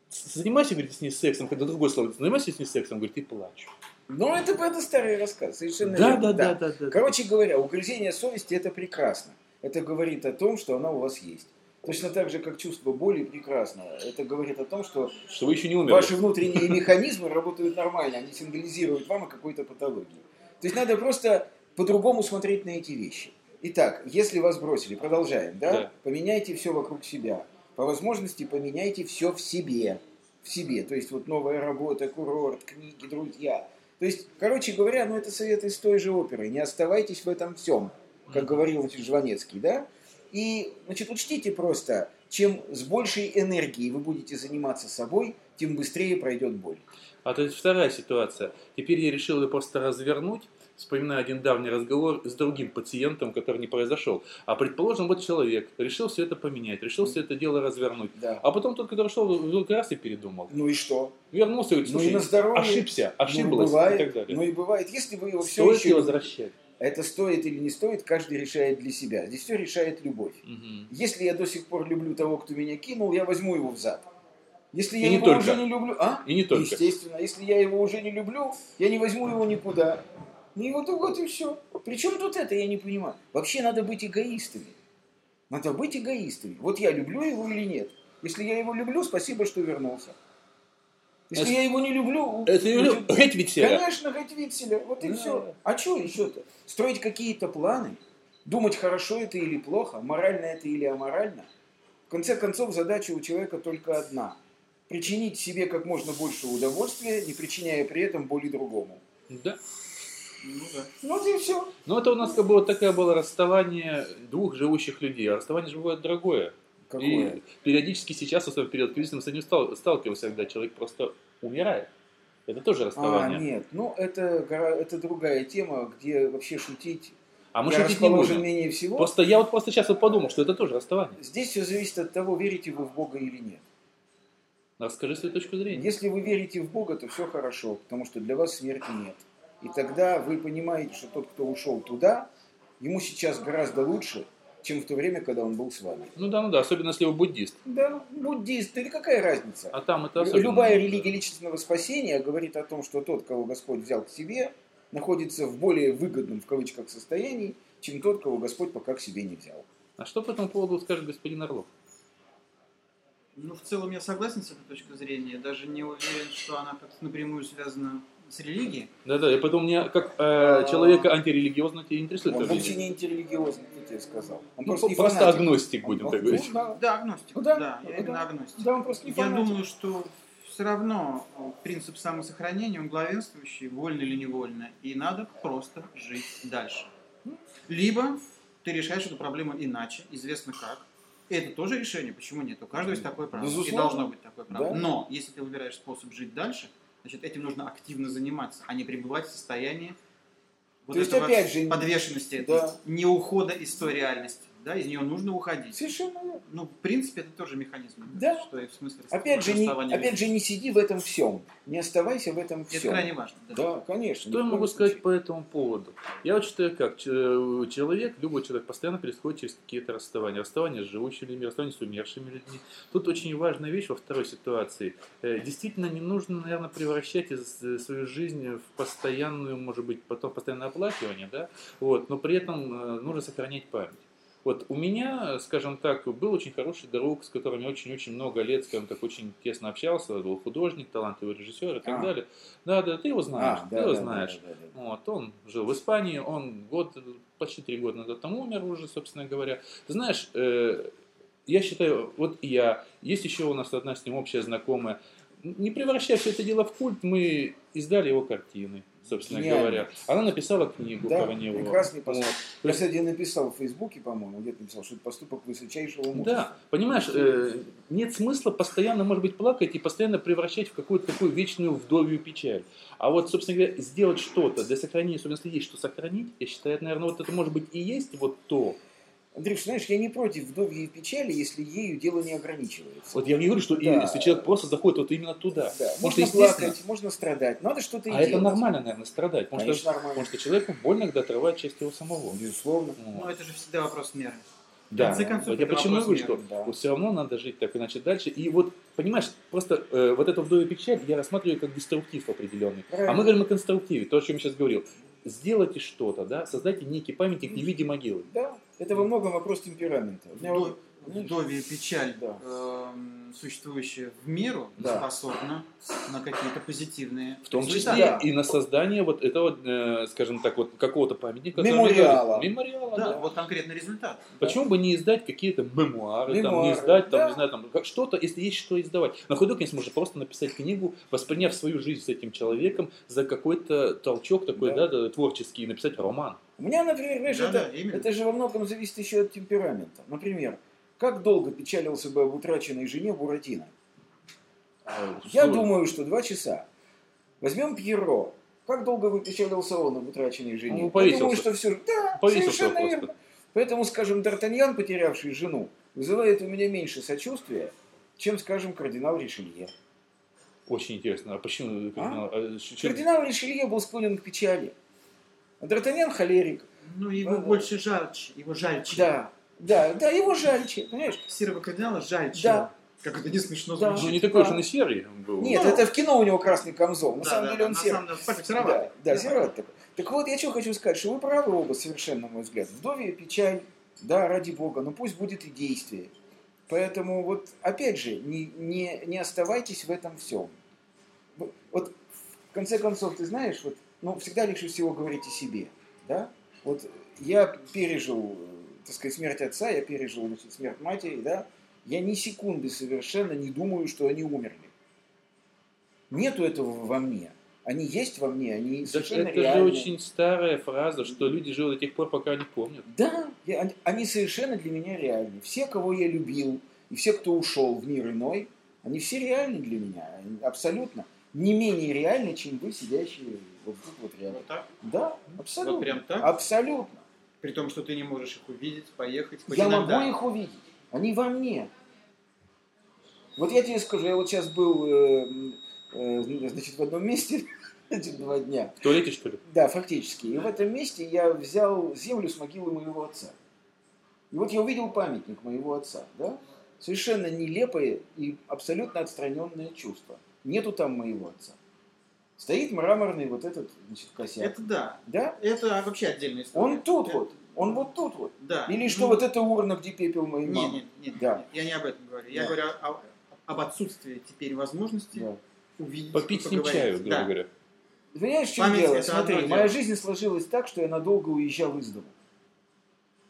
[SPEAKER 2] С- Занимайся, говорит, с ней сексом, когда другое слово, занимайся с ней сексом, говорит, и плачь.
[SPEAKER 3] Ну, это, это старый рассказ, совершенно
[SPEAKER 2] Да,
[SPEAKER 3] верно.
[SPEAKER 2] да, да, да, да.
[SPEAKER 3] Короче говоря, угрызение совести это прекрасно. Это говорит о том, что она у вас есть. Точно так же, как чувство боли прекрасно. Это говорит о том, что
[SPEAKER 2] Что вы еще не умерли.
[SPEAKER 3] ваши внутренние механизмы работают нормально, они сигнализируют вам о какой-то патологии. То есть надо просто по-другому смотреть на эти вещи. Итак, если вас бросили, продолжаем, да?
[SPEAKER 2] Да.
[SPEAKER 3] Поменяйте все вокруг себя. По возможности поменяйте все в себе. В себе. То есть вот новая работа, курорт, книги, друзья. То есть, короче говоря, ну это совет из той же оперы. Не оставайтесь в этом всем, как говорил Жванецкий, да? И, значит, учтите просто, чем с большей энергией вы будете заниматься собой, тем быстрее пройдет боль.
[SPEAKER 2] А то есть вторая ситуация. Теперь я решил ее просто развернуть, вспоминаю один давний разговор с другим пациентом, который не произошел. А предположим, вот человек решил все это поменять, решил все это дело развернуть.
[SPEAKER 3] Да.
[SPEAKER 2] А потом тот, который шел, вдруг раз и передумал.
[SPEAKER 3] Ну и что?
[SPEAKER 2] Вернулся и говорит,
[SPEAKER 3] Ну и
[SPEAKER 2] «Слушай,
[SPEAKER 3] на здоровье.
[SPEAKER 2] ошибся,
[SPEAKER 3] ну и
[SPEAKER 2] ошиблась и так
[SPEAKER 3] бывает.
[SPEAKER 2] далее.
[SPEAKER 3] ну и бывает. Если вы его все
[SPEAKER 2] Стоит ли
[SPEAKER 3] еще...
[SPEAKER 2] возвращать?
[SPEAKER 3] Это стоит или не стоит, каждый решает для себя. Здесь все решает любовь.
[SPEAKER 2] Мгм.
[SPEAKER 3] Если я до сих пор люблю того, кто меня кинул, я возьму его в зад. Если я
[SPEAKER 2] И не
[SPEAKER 3] его
[SPEAKER 2] только.
[SPEAKER 3] уже не люблю... А?
[SPEAKER 2] И не только.
[SPEAKER 3] Естественно. Если я его уже не люблю, я не возьму его никуда. Ну и вот, вот и все. Причем тут это, я не понимаю. Вообще надо быть эгоистами. Надо быть эгоистами. Вот я люблю его или нет. Если я его люблю, спасибо, что вернулся. Если
[SPEAKER 2] Это-
[SPEAKER 3] я его не люблю...
[SPEAKER 2] Это я люблю.
[SPEAKER 3] значит,
[SPEAKER 2] Хоть ведь себя.
[SPEAKER 3] Ну, Конечно, хоть векселя. Вот и
[SPEAKER 2] Да.
[SPEAKER 3] все. А что еще-то? Строить какие-то планы, думать, хорошо это или плохо, морально это или аморально. В конце концов, задача у человека только одна. Причинить себе как можно больше удовольствия, не причиняя при этом боли другому.
[SPEAKER 2] Да.
[SPEAKER 4] Ну да.
[SPEAKER 3] Ну вот и все.
[SPEAKER 2] Ну это у нас как бы вот такое было расставание двух живущих людей. А расставание же бывает другое.
[SPEAKER 3] Какое?
[SPEAKER 2] И периодически сейчас, особенно в период кризиса, мы с этим стал- сталкиваемся, когда человек просто умирает. Это тоже
[SPEAKER 3] А,
[SPEAKER 2] расставание.
[SPEAKER 3] нет, ну это, гора- это другая тема, где вообще шутить
[SPEAKER 2] А, мы
[SPEAKER 3] я
[SPEAKER 2] шутить не
[SPEAKER 3] расположен
[SPEAKER 2] можем.
[SPEAKER 3] менее всего.
[SPEAKER 2] Просто я вот просто сейчас вот подумал, что это тоже расставание.
[SPEAKER 3] Здесь все зависит от того, верите вы в Бога или нет.
[SPEAKER 2] Расскажи свою точку зрения.
[SPEAKER 3] Если вы верите в Бога, то все хорошо, потому что для вас смерти нет. И тогда вы понимаете, что тот, кто ушел туда, ему сейчас гораздо лучше, чем в то время, когда он был с вами.
[SPEAKER 2] Ну да, ну да, особенно если вы буддист.
[SPEAKER 3] Да, буддист, или какая разница?
[SPEAKER 2] А там это
[SPEAKER 3] Лю-
[SPEAKER 2] особенно...
[SPEAKER 3] Любая религия личностного спасения говорит о том, что тот, кого Господь взял к себе, находится в более выгодном, в кавычках, состоянии, чем тот, кого Господь пока к себе не взял.
[SPEAKER 2] А что по этому поводу скажет господин Орлов?
[SPEAKER 4] Ну, в целом я согласен с этой точкой зрения. Я Даже не уверен, что она как-то напрямую связана с религией.
[SPEAKER 2] Да-да, я потом меня как э, человека антирелигиозно тебя интересует.
[SPEAKER 3] Он
[SPEAKER 2] это
[SPEAKER 3] вообще
[SPEAKER 2] мнение.
[SPEAKER 3] не антирелигиозный, кто тебе сказал.
[SPEAKER 2] Ну,
[SPEAKER 3] Он просто
[SPEAKER 2] просто,
[SPEAKER 3] не фанатик.
[SPEAKER 2] агностик,
[SPEAKER 3] Он-
[SPEAKER 2] будем
[SPEAKER 3] он-
[SPEAKER 2] так
[SPEAKER 3] ну,
[SPEAKER 2] говорить.
[SPEAKER 3] да.
[SPEAKER 4] Да, агностик.
[SPEAKER 3] Ну да.
[SPEAKER 4] да. я
[SPEAKER 3] Ну да.
[SPEAKER 4] именно агностик.
[SPEAKER 3] Да, он просто не
[SPEAKER 4] Я
[SPEAKER 3] фанатик.
[SPEAKER 4] думаю, что все равно э, принцип самосохранения, он главенствующий, вольно или невольно. И надо просто жить дальше. Либо ты решаешь эту проблему иначе, известно как. И это тоже решение, почему нет? У каждого есть такое право. И
[SPEAKER 3] Безусловно.
[SPEAKER 4] должно быть такое право.
[SPEAKER 3] Да.
[SPEAKER 4] Но если ты выбираешь способ жить дальше, значит, этим нужно активно заниматься, а не пребывать в состоянии вот
[SPEAKER 3] То есть,
[SPEAKER 4] этого
[SPEAKER 3] опять же,
[SPEAKER 4] подвешенности,
[SPEAKER 3] да.
[SPEAKER 4] то есть неухода из той реальности. Да, из нее нужно уходить.
[SPEAKER 3] Совершенно верно.
[SPEAKER 4] Ну, в принципе, это тоже механизм. мне
[SPEAKER 3] Да.
[SPEAKER 4] кажется, Что и в смысле
[SPEAKER 3] Опять же, не,
[SPEAKER 4] расставания
[SPEAKER 3] опять же, не сиди в этом всем. Не оставайся в этом
[SPEAKER 4] людей. Это
[SPEAKER 3] всем.
[SPEAKER 4] крайне важно. Да.
[SPEAKER 3] Да, конечно.
[SPEAKER 2] Что я
[SPEAKER 3] ни в коем
[SPEAKER 2] могу сказать
[SPEAKER 3] случае.
[SPEAKER 2] по этому поводу? Я вот считаю как, че- э, человек, любой человек постоянно происходит через какие-то расставания. Расставания с живущими людьми, расставания с умершими людьми. Тут очень важная вещь во второй ситуации. Э, Действительно не нужно, наверное, превращать из- э, свою жизнь в постоянную, может быть, потом постоянное оплакивание, да? Вот, но при этом э, нужно сохранять память. Вот у меня, э, скажем так, был очень хороший друг, с которым я очень-очень много лет, скажем так, очень тесно общался. Это был художник, талантливый режиссер и так
[SPEAKER 3] А.
[SPEAKER 2] далее. Да, да, ты его знаешь,
[SPEAKER 3] А,
[SPEAKER 2] ты
[SPEAKER 3] да,
[SPEAKER 2] его
[SPEAKER 3] да,
[SPEAKER 2] знаешь.
[SPEAKER 3] да, да, да, да.
[SPEAKER 2] Вот, он жил в Испании, он год, почти три года назад там умер уже, собственно говоря. Ты знаешь, э, я считаю, вот и я, есть еще у нас одна с ним общая знакомая, не превращая все это дело в культ, мы издали его картины, собственно
[SPEAKER 3] Гениально.
[SPEAKER 2] говоря. Она написала книгу
[SPEAKER 3] Да,
[SPEAKER 2] про него.
[SPEAKER 3] прекрасный поступок.
[SPEAKER 2] Вот.
[SPEAKER 3] Я, кстати, написал в Фейсбуке, по-моему, где-то написал, что это поступок высочайшего мужа.
[SPEAKER 2] Да, понимаешь, э, нет смысла постоянно, может быть, плакать и постоянно превращать в какую-то такую вечную вдовью печаль. А вот, собственно говоря, сделать что-то для сохранения, особенно если есть что сохранить, я считаю, это, наверное, вот это может быть и есть вот то.
[SPEAKER 3] Андрюш, знаешь, я не против вдовьей печали, если ею дело не ограничивается.
[SPEAKER 2] Вот я не говорю, что и
[SPEAKER 3] Да.
[SPEAKER 2] если человек просто заходит вот именно туда.
[SPEAKER 3] Да,
[SPEAKER 2] Потому что,
[SPEAKER 3] Можно
[SPEAKER 2] естественно,
[SPEAKER 3] плакать, можно страдать, надо что-то и
[SPEAKER 2] а это
[SPEAKER 3] делать.
[SPEAKER 2] нормально, наверное, страдать. Потому,
[SPEAKER 3] Конечно,
[SPEAKER 2] что,
[SPEAKER 3] нормально.
[SPEAKER 2] потому что человеку больно, когда отрывает часть его самого. Ну,
[SPEAKER 3] Безусловно.
[SPEAKER 2] Вот.
[SPEAKER 4] Но Ну, это же всегда вопрос меры.
[SPEAKER 2] Да,
[SPEAKER 4] конце концов,
[SPEAKER 2] вот я
[SPEAKER 4] это
[SPEAKER 2] почему и
[SPEAKER 4] вопрос
[SPEAKER 2] говорю, что
[SPEAKER 4] меры,
[SPEAKER 3] да.
[SPEAKER 2] все равно надо жить так, иначе дальше. И вот, понимаешь, просто э, вот эту вдове печаль я рассматриваю как деструктив определенный. А мы
[SPEAKER 3] Правильно.
[SPEAKER 2] говорим о конструктиве, то, о чем я сейчас говорил. Сделайте что-то, да, создайте некий памятник не в виде могилы.
[SPEAKER 3] Да, это во многом вопрос темперамента. У меня вот- ну,
[SPEAKER 4] Вдовь- Вдовья печаль
[SPEAKER 3] Да.
[SPEAKER 4] эм, существующее в миру
[SPEAKER 3] Да.
[SPEAKER 4] способно на какие-то позитивные
[SPEAKER 2] В том числе
[SPEAKER 4] результаты.
[SPEAKER 2] и на создание вот этого, э, скажем так, вот какого-то памятника. который
[SPEAKER 3] Мемориала.
[SPEAKER 2] говорит- Мемориала, да.
[SPEAKER 4] Да, вот конкретный результат.
[SPEAKER 2] Почему бы не издать какие-то мемуары, там, не
[SPEAKER 3] Мемуары,
[SPEAKER 2] издать, там,
[SPEAKER 3] да.
[SPEAKER 2] не знаю, там, как- что-то, если есть что издавать. На худой конец можно просто написать книгу, восприняв свою жизнь с этим человеком за какой-то толчок такой, да,
[SPEAKER 3] Да.
[SPEAKER 2] да, творческий, и написать роман.
[SPEAKER 3] У меня, например, знаешь,
[SPEAKER 4] Да,
[SPEAKER 3] это,
[SPEAKER 4] да, именно.
[SPEAKER 3] это же во многом зависит еще от темперамента. Например, как долго печалился бы об утраченной жене Буратино? Я
[SPEAKER 2] Здорово.
[SPEAKER 3] думаю, что два часа. Возьмем Пьеро. Как долго вы печалился он об утраченной жене?
[SPEAKER 2] Ну,
[SPEAKER 3] Я думаю,
[SPEAKER 2] повесился.
[SPEAKER 3] что все... Да,
[SPEAKER 2] Повесился
[SPEAKER 3] совершенно
[SPEAKER 2] просто.
[SPEAKER 3] верно. Поэтому, скажем, Д'Артаньян, потерявший жену, вызывает у меня меньше сочувствия, чем, скажем, кардинал Ришелье.
[SPEAKER 2] Очень интересно. А почему?
[SPEAKER 3] А?
[SPEAKER 2] э, ч- чем-
[SPEAKER 3] Кардинал Ришелье был склонен к печали. А Д'Артаньян холерик.
[SPEAKER 4] Ну, его
[SPEAKER 3] Ну, да.
[SPEAKER 4] больше жальче, его жальче.
[SPEAKER 3] Да, да, да, его жальче, понимаешь?
[SPEAKER 4] Серого кардинала жальче.
[SPEAKER 3] Да.
[SPEAKER 4] Как это не смешно
[SPEAKER 3] Да.
[SPEAKER 2] Ну,
[SPEAKER 4] звучит.
[SPEAKER 2] не такой
[SPEAKER 3] Да.
[SPEAKER 2] же он и серый был.
[SPEAKER 3] Нет,
[SPEAKER 4] Ну.
[SPEAKER 3] это в кино у него красный камзол. На
[SPEAKER 4] Да,
[SPEAKER 3] самом
[SPEAKER 4] да,
[SPEAKER 3] деле
[SPEAKER 4] да,
[SPEAKER 3] он
[SPEAKER 4] на
[SPEAKER 3] серый.
[SPEAKER 4] самом деле, пальцы
[SPEAKER 3] Да,
[SPEAKER 4] сероватые.
[SPEAKER 3] да, зероват такой. Так вот, я что хочу сказать, что вы правы оба совершенно, на мой взгляд. Вдовья печаль, да, ради бога, но пусть будет и действие. Поэтому вот, опять же, не, не, не оставайтесь в этом всем. Вот- Вот, в конце концов, ты знаешь, вот, ну, всегда лучше всего говорить о себе, да? Вот я пережил, э, так сказать, смерть отца, я пережил значит, смерть матери, да? Я ни секунды совершенно не думаю, что они умерли. Нету этого во мне. Они есть во мне, они
[SPEAKER 2] Да,
[SPEAKER 3] совершенно
[SPEAKER 2] Это же
[SPEAKER 3] реальны.
[SPEAKER 2] очень старая фраза, что люди живут до тех пор, пока они помнят.
[SPEAKER 3] Да, я- они- они совершенно для меня реальны. Все, кого я любил, и все, кто ушел в мир иной, они все реальны для меня, они абсолютно. Не менее реальны, чем вы, сидящие вот тут вот рядом.
[SPEAKER 4] Вот так,
[SPEAKER 3] Да,
[SPEAKER 4] вот
[SPEAKER 3] абсолютно. А
[SPEAKER 4] прям так.
[SPEAKER 3] Абсолютно.
[SPEAKER 4] При том, что ты не можешь их увидеть, поехать, хоть
[SPEAKER 3] Я
[SPEAKER 4] иногда.
[SPEAKER 3] могу их увидеть. Они во мне. Вот я тебе скажу, я вот сейчас был э, э, значит, в одном месте эти два дня.
[SPEAKER 2] В туалете, что ли?
[SPEAKER 3] Да, фактически. И в этом месте я взял землю с могилы моего отца. И вот я увидел памятник моего отца, да? Совершенно нелепое и абсолютно отстраненное чувство. Нету там моего отца. Стоит мраморный вот этот, значит, косяк.
[SPEAKER 4] Это да.
[SPEAKER 3] Да?
[SPEAKER 4] Это вообще отдельная история.
[SPEAKER 3] Он тут
[SPEAKER 4] Это-
[SPEAKER 3] вот. Он вот тут вот.
[SPEAKER 4] Да.
[SPEAKER 3] Или
[SPEAKER 4] Ну,
[SPEAKER 3] что вот эта урна, где пепел моей
[SPEAKER 4] Нет,
[SPEAKER 3] мамы.
[SPEAKER 4] нет, нет,
[SPEAKER 3] Да.
[SPEAKER 4] нет, я не об этом говорю. Я
[SPEAKER 3] Да.
[SPEAKER 4] говорю о- об отсутствии теперь возможности
[SPEAKER 3] Да.
[SPEAKER 4] увидеть,
[SPEAKER 2] Попить с ним
[SPEAKER 4] поговорить.
[SPEAKER 2] чаю, грубо
[SPEAKER 4] Да.
[SPEAKER 2] говоря.
[SPEAKER 3] Ты Понимаешь, в чем
[SPEAKER 4] Память
[SPEAKER 3] дело?
[SPEAKER 4] это одно
[SPEAKER 3] Смотри,
[SPEAKER 4] дело.
[SPEAKER 3] моя жизнь сложилась так, что я надолго уезжал из дома.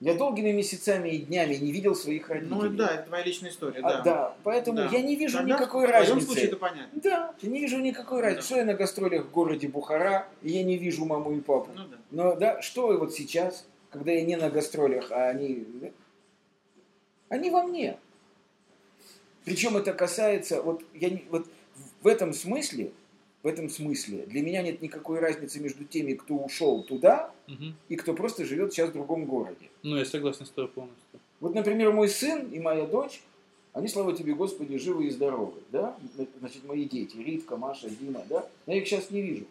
[SPEAKER 3] Я долгими месяцами и днями не видел своих родителей.
[SPEAKER 4] Ну да, это твоя личная история,
[SPEAKER 3] А,
[SPEAKER 4] да.
[SPEAKER 3] да, поэтому
[SPEAKER 4] Да.
[SPEAKER 3] я не вижу
[SPEAKER 4] Тогда
[SPEAKER 3] никакой
[SPEAKER 4] в твоем
[SPEAKER 3] разницы.
[SPEAKER 4] случае это понятно.
[SPEAKER 3] Да, я не вижу никакой
[SPEAKER 4] Да.
[SPEAKER 3] разницы. Что я на гастролях в городе Бухара, и я не вижу маму и папу.
[SPEAKER 4] Ну да.
[SPEAKER 3] Но да, что и вот сейчас, когда я не на гастролях, а они... да, Они во мне. Причем это касается... Вот, я, не- вот в этом смысле, в этом смысле для меня нет никакой разницы между теми, кто ушел туда,
[SPEAKER 2] Мгм.
[SPEAKER 3] и кто просто живет сейчас в другом городе.
[SPEAKER 2] Ну, я согласен с тобой полностью.
[SPEAKER 3] Вот, например, мой сын и моя дочь, они, слава тебе, Господи, живы и здоровы, да? Значит, мои дети, Ритка, Маша, Дима, да? Но я их сейчас не вижу.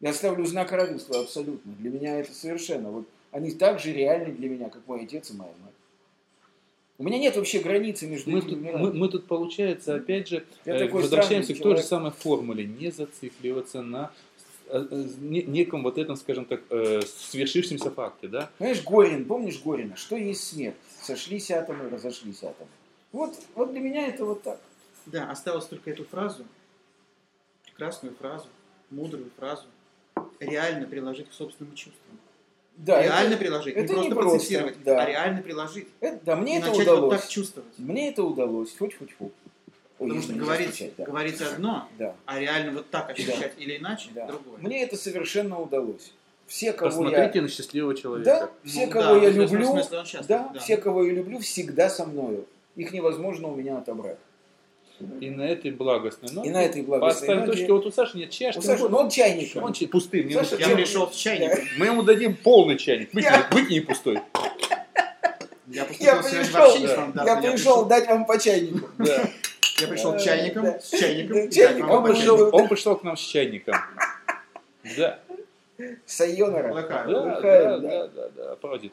[SPEAKER 3] Я ставлю знак равенства абсолютно. Для меня это совершенно. Вот они так же реальны для меня, как мой отец и моя мать. У меня нет вообще границы между
[SPEAKER 2] Мы
[SPEAKER 3] этими
[SPEAKER 2] тут,
[SPEAKER 3] мирами.
[SPEAKER 2] мы, мы тут, получается, опять же,
[SPEAKER 3] Я
[SPEAKER 2] э,
[SPEAKER 3] такой
[SPEAKER 2] возвращаемся к
[SPEAKER 3] странный
[SPEAKER 2] той же
[SPEAKER 3] человек.
[SPEAKER 2] самой формуле. Не зацикливаться на э, э, не- неком вот этом, скажем так, э, свершившемся факте, да?
[SPEAKER 3] Знаешь, Горин, помнишь Горина? Что есть смерть? Сошлись атомы, разошлись атомы. Вот, вот для меня это вот так.
[SPEAKER 4] Да, осталось только эту фразу, прекрасную фразу, мудрую фразу, реально приложить к собственным чувствам.
[SPEAKER 3] Да,
[SPEAKER 4] реально
[SPEAKER 3] это,
[SPEAKER 4] приложить,
[SPEAKER 3] это
[SPEAKER 4] не просто
[SPEAKER 3] не просто,
[SPEAKER 4] процитировать,
[SPEAKER 3] да.
[SPEAKER 4] а реально приложить.
[SPEAKER 3] это- да, мне
[SPEAKER 4] и
[SPEAKER 3] это
[SPEAKER 4] начать
[SPEAKER 3] удалось.
[SPEAKER 4] вот так чувствовать.
[SPEAKER 3] Мне это удалось, хоть хоть хоть.
[SPEAKER 4] Потому что говорить,
[SPEAKER 3] да.
[SPEAKER 4] говорить одно,
[SPEAKER 3] Да,
[SPEAKER 4] а реально вот так ощущать или иначе
[SPEAKER 3] да.
[SPEAKER 4] другое.
[SPEAKER 3] Мне это совершенно удалось. Все, кого
[SPEAKER 2] Посмотрите на счастливого
[SPEAKER 3] я,
[SPEAKER 2] человека.
[SPEAKER 3] да, все,
[SPEAKER 4] Ну,
[SPEAKER 3] кого
[SPEAKER 4] да,
[SPEAKER 3] я
[SPEAKER 4] в известном
[SPEAKER 3] люблю,
[SPEAKER 4] смысле он счастлив,
[SPEAKER 3] да,
[SPEAKER 4] да.
[SPEAKER 3] все, кого я люблю, всегда со мною. Их невозможно у меня отобрать.
[SPEAKER 2] И на этой благостной ноте
[SPEAKER 3] И на этой благостной
[SPEAKER 2] поставим
[SPEAKER 3] ноте-
[SPEAKER 2] точку. Вот у Саши нет чая,
[SPEAKER 3] У
[SPEAKER 2] что
[SPEAKER 3] Саши,
[SPEAKER 2] он-
[SPEAKER 3] ну он чайник.
[SPEAKER 2] он чай- пустым, не
[SPEAKER 3] Саша,
[SPEAKER 2] нужен.
[SPEAKER 4] Я пришел с чайником.
[SPEAKER 2] Мы ему дадим полный чайник. Выкини, выкини пустой.
[SPEAKER 4] Я
[SPEAKER 3] Я
[SPEAKER 4] поступил сегодня
[SPEAKER 3] пришел,
[SPEAKER 4] вообще нестандартно.
[SPEAKER 3] я пришел дать вам по чайнику.
[SPEAKER 2] Да.
[SPEAKER 4] Я пришел с чайником,
[SPEAKER 3] Да.
[SPEAKER 4] с чайником.
[SPEAKER 3] Да,
[SPEAKER 4] и так
[SPEAKER 3] чайник,
[SPEAKER 4] вам
[SPEAKER 2] Он
[SPEAKER 3] Опа,
[SPEAKER 4] пошел.
[SPEAKER 2] пришел, он пришел к нам с чайником. Да,
[SPEAKER 3] Сайонара.
[SPEAKER 4] Лакаю.
[SPEAKER 2] да, да,
[SPEAKER 3] Отдыхаем,
[SPEAKER 2] да, да, да, пародит.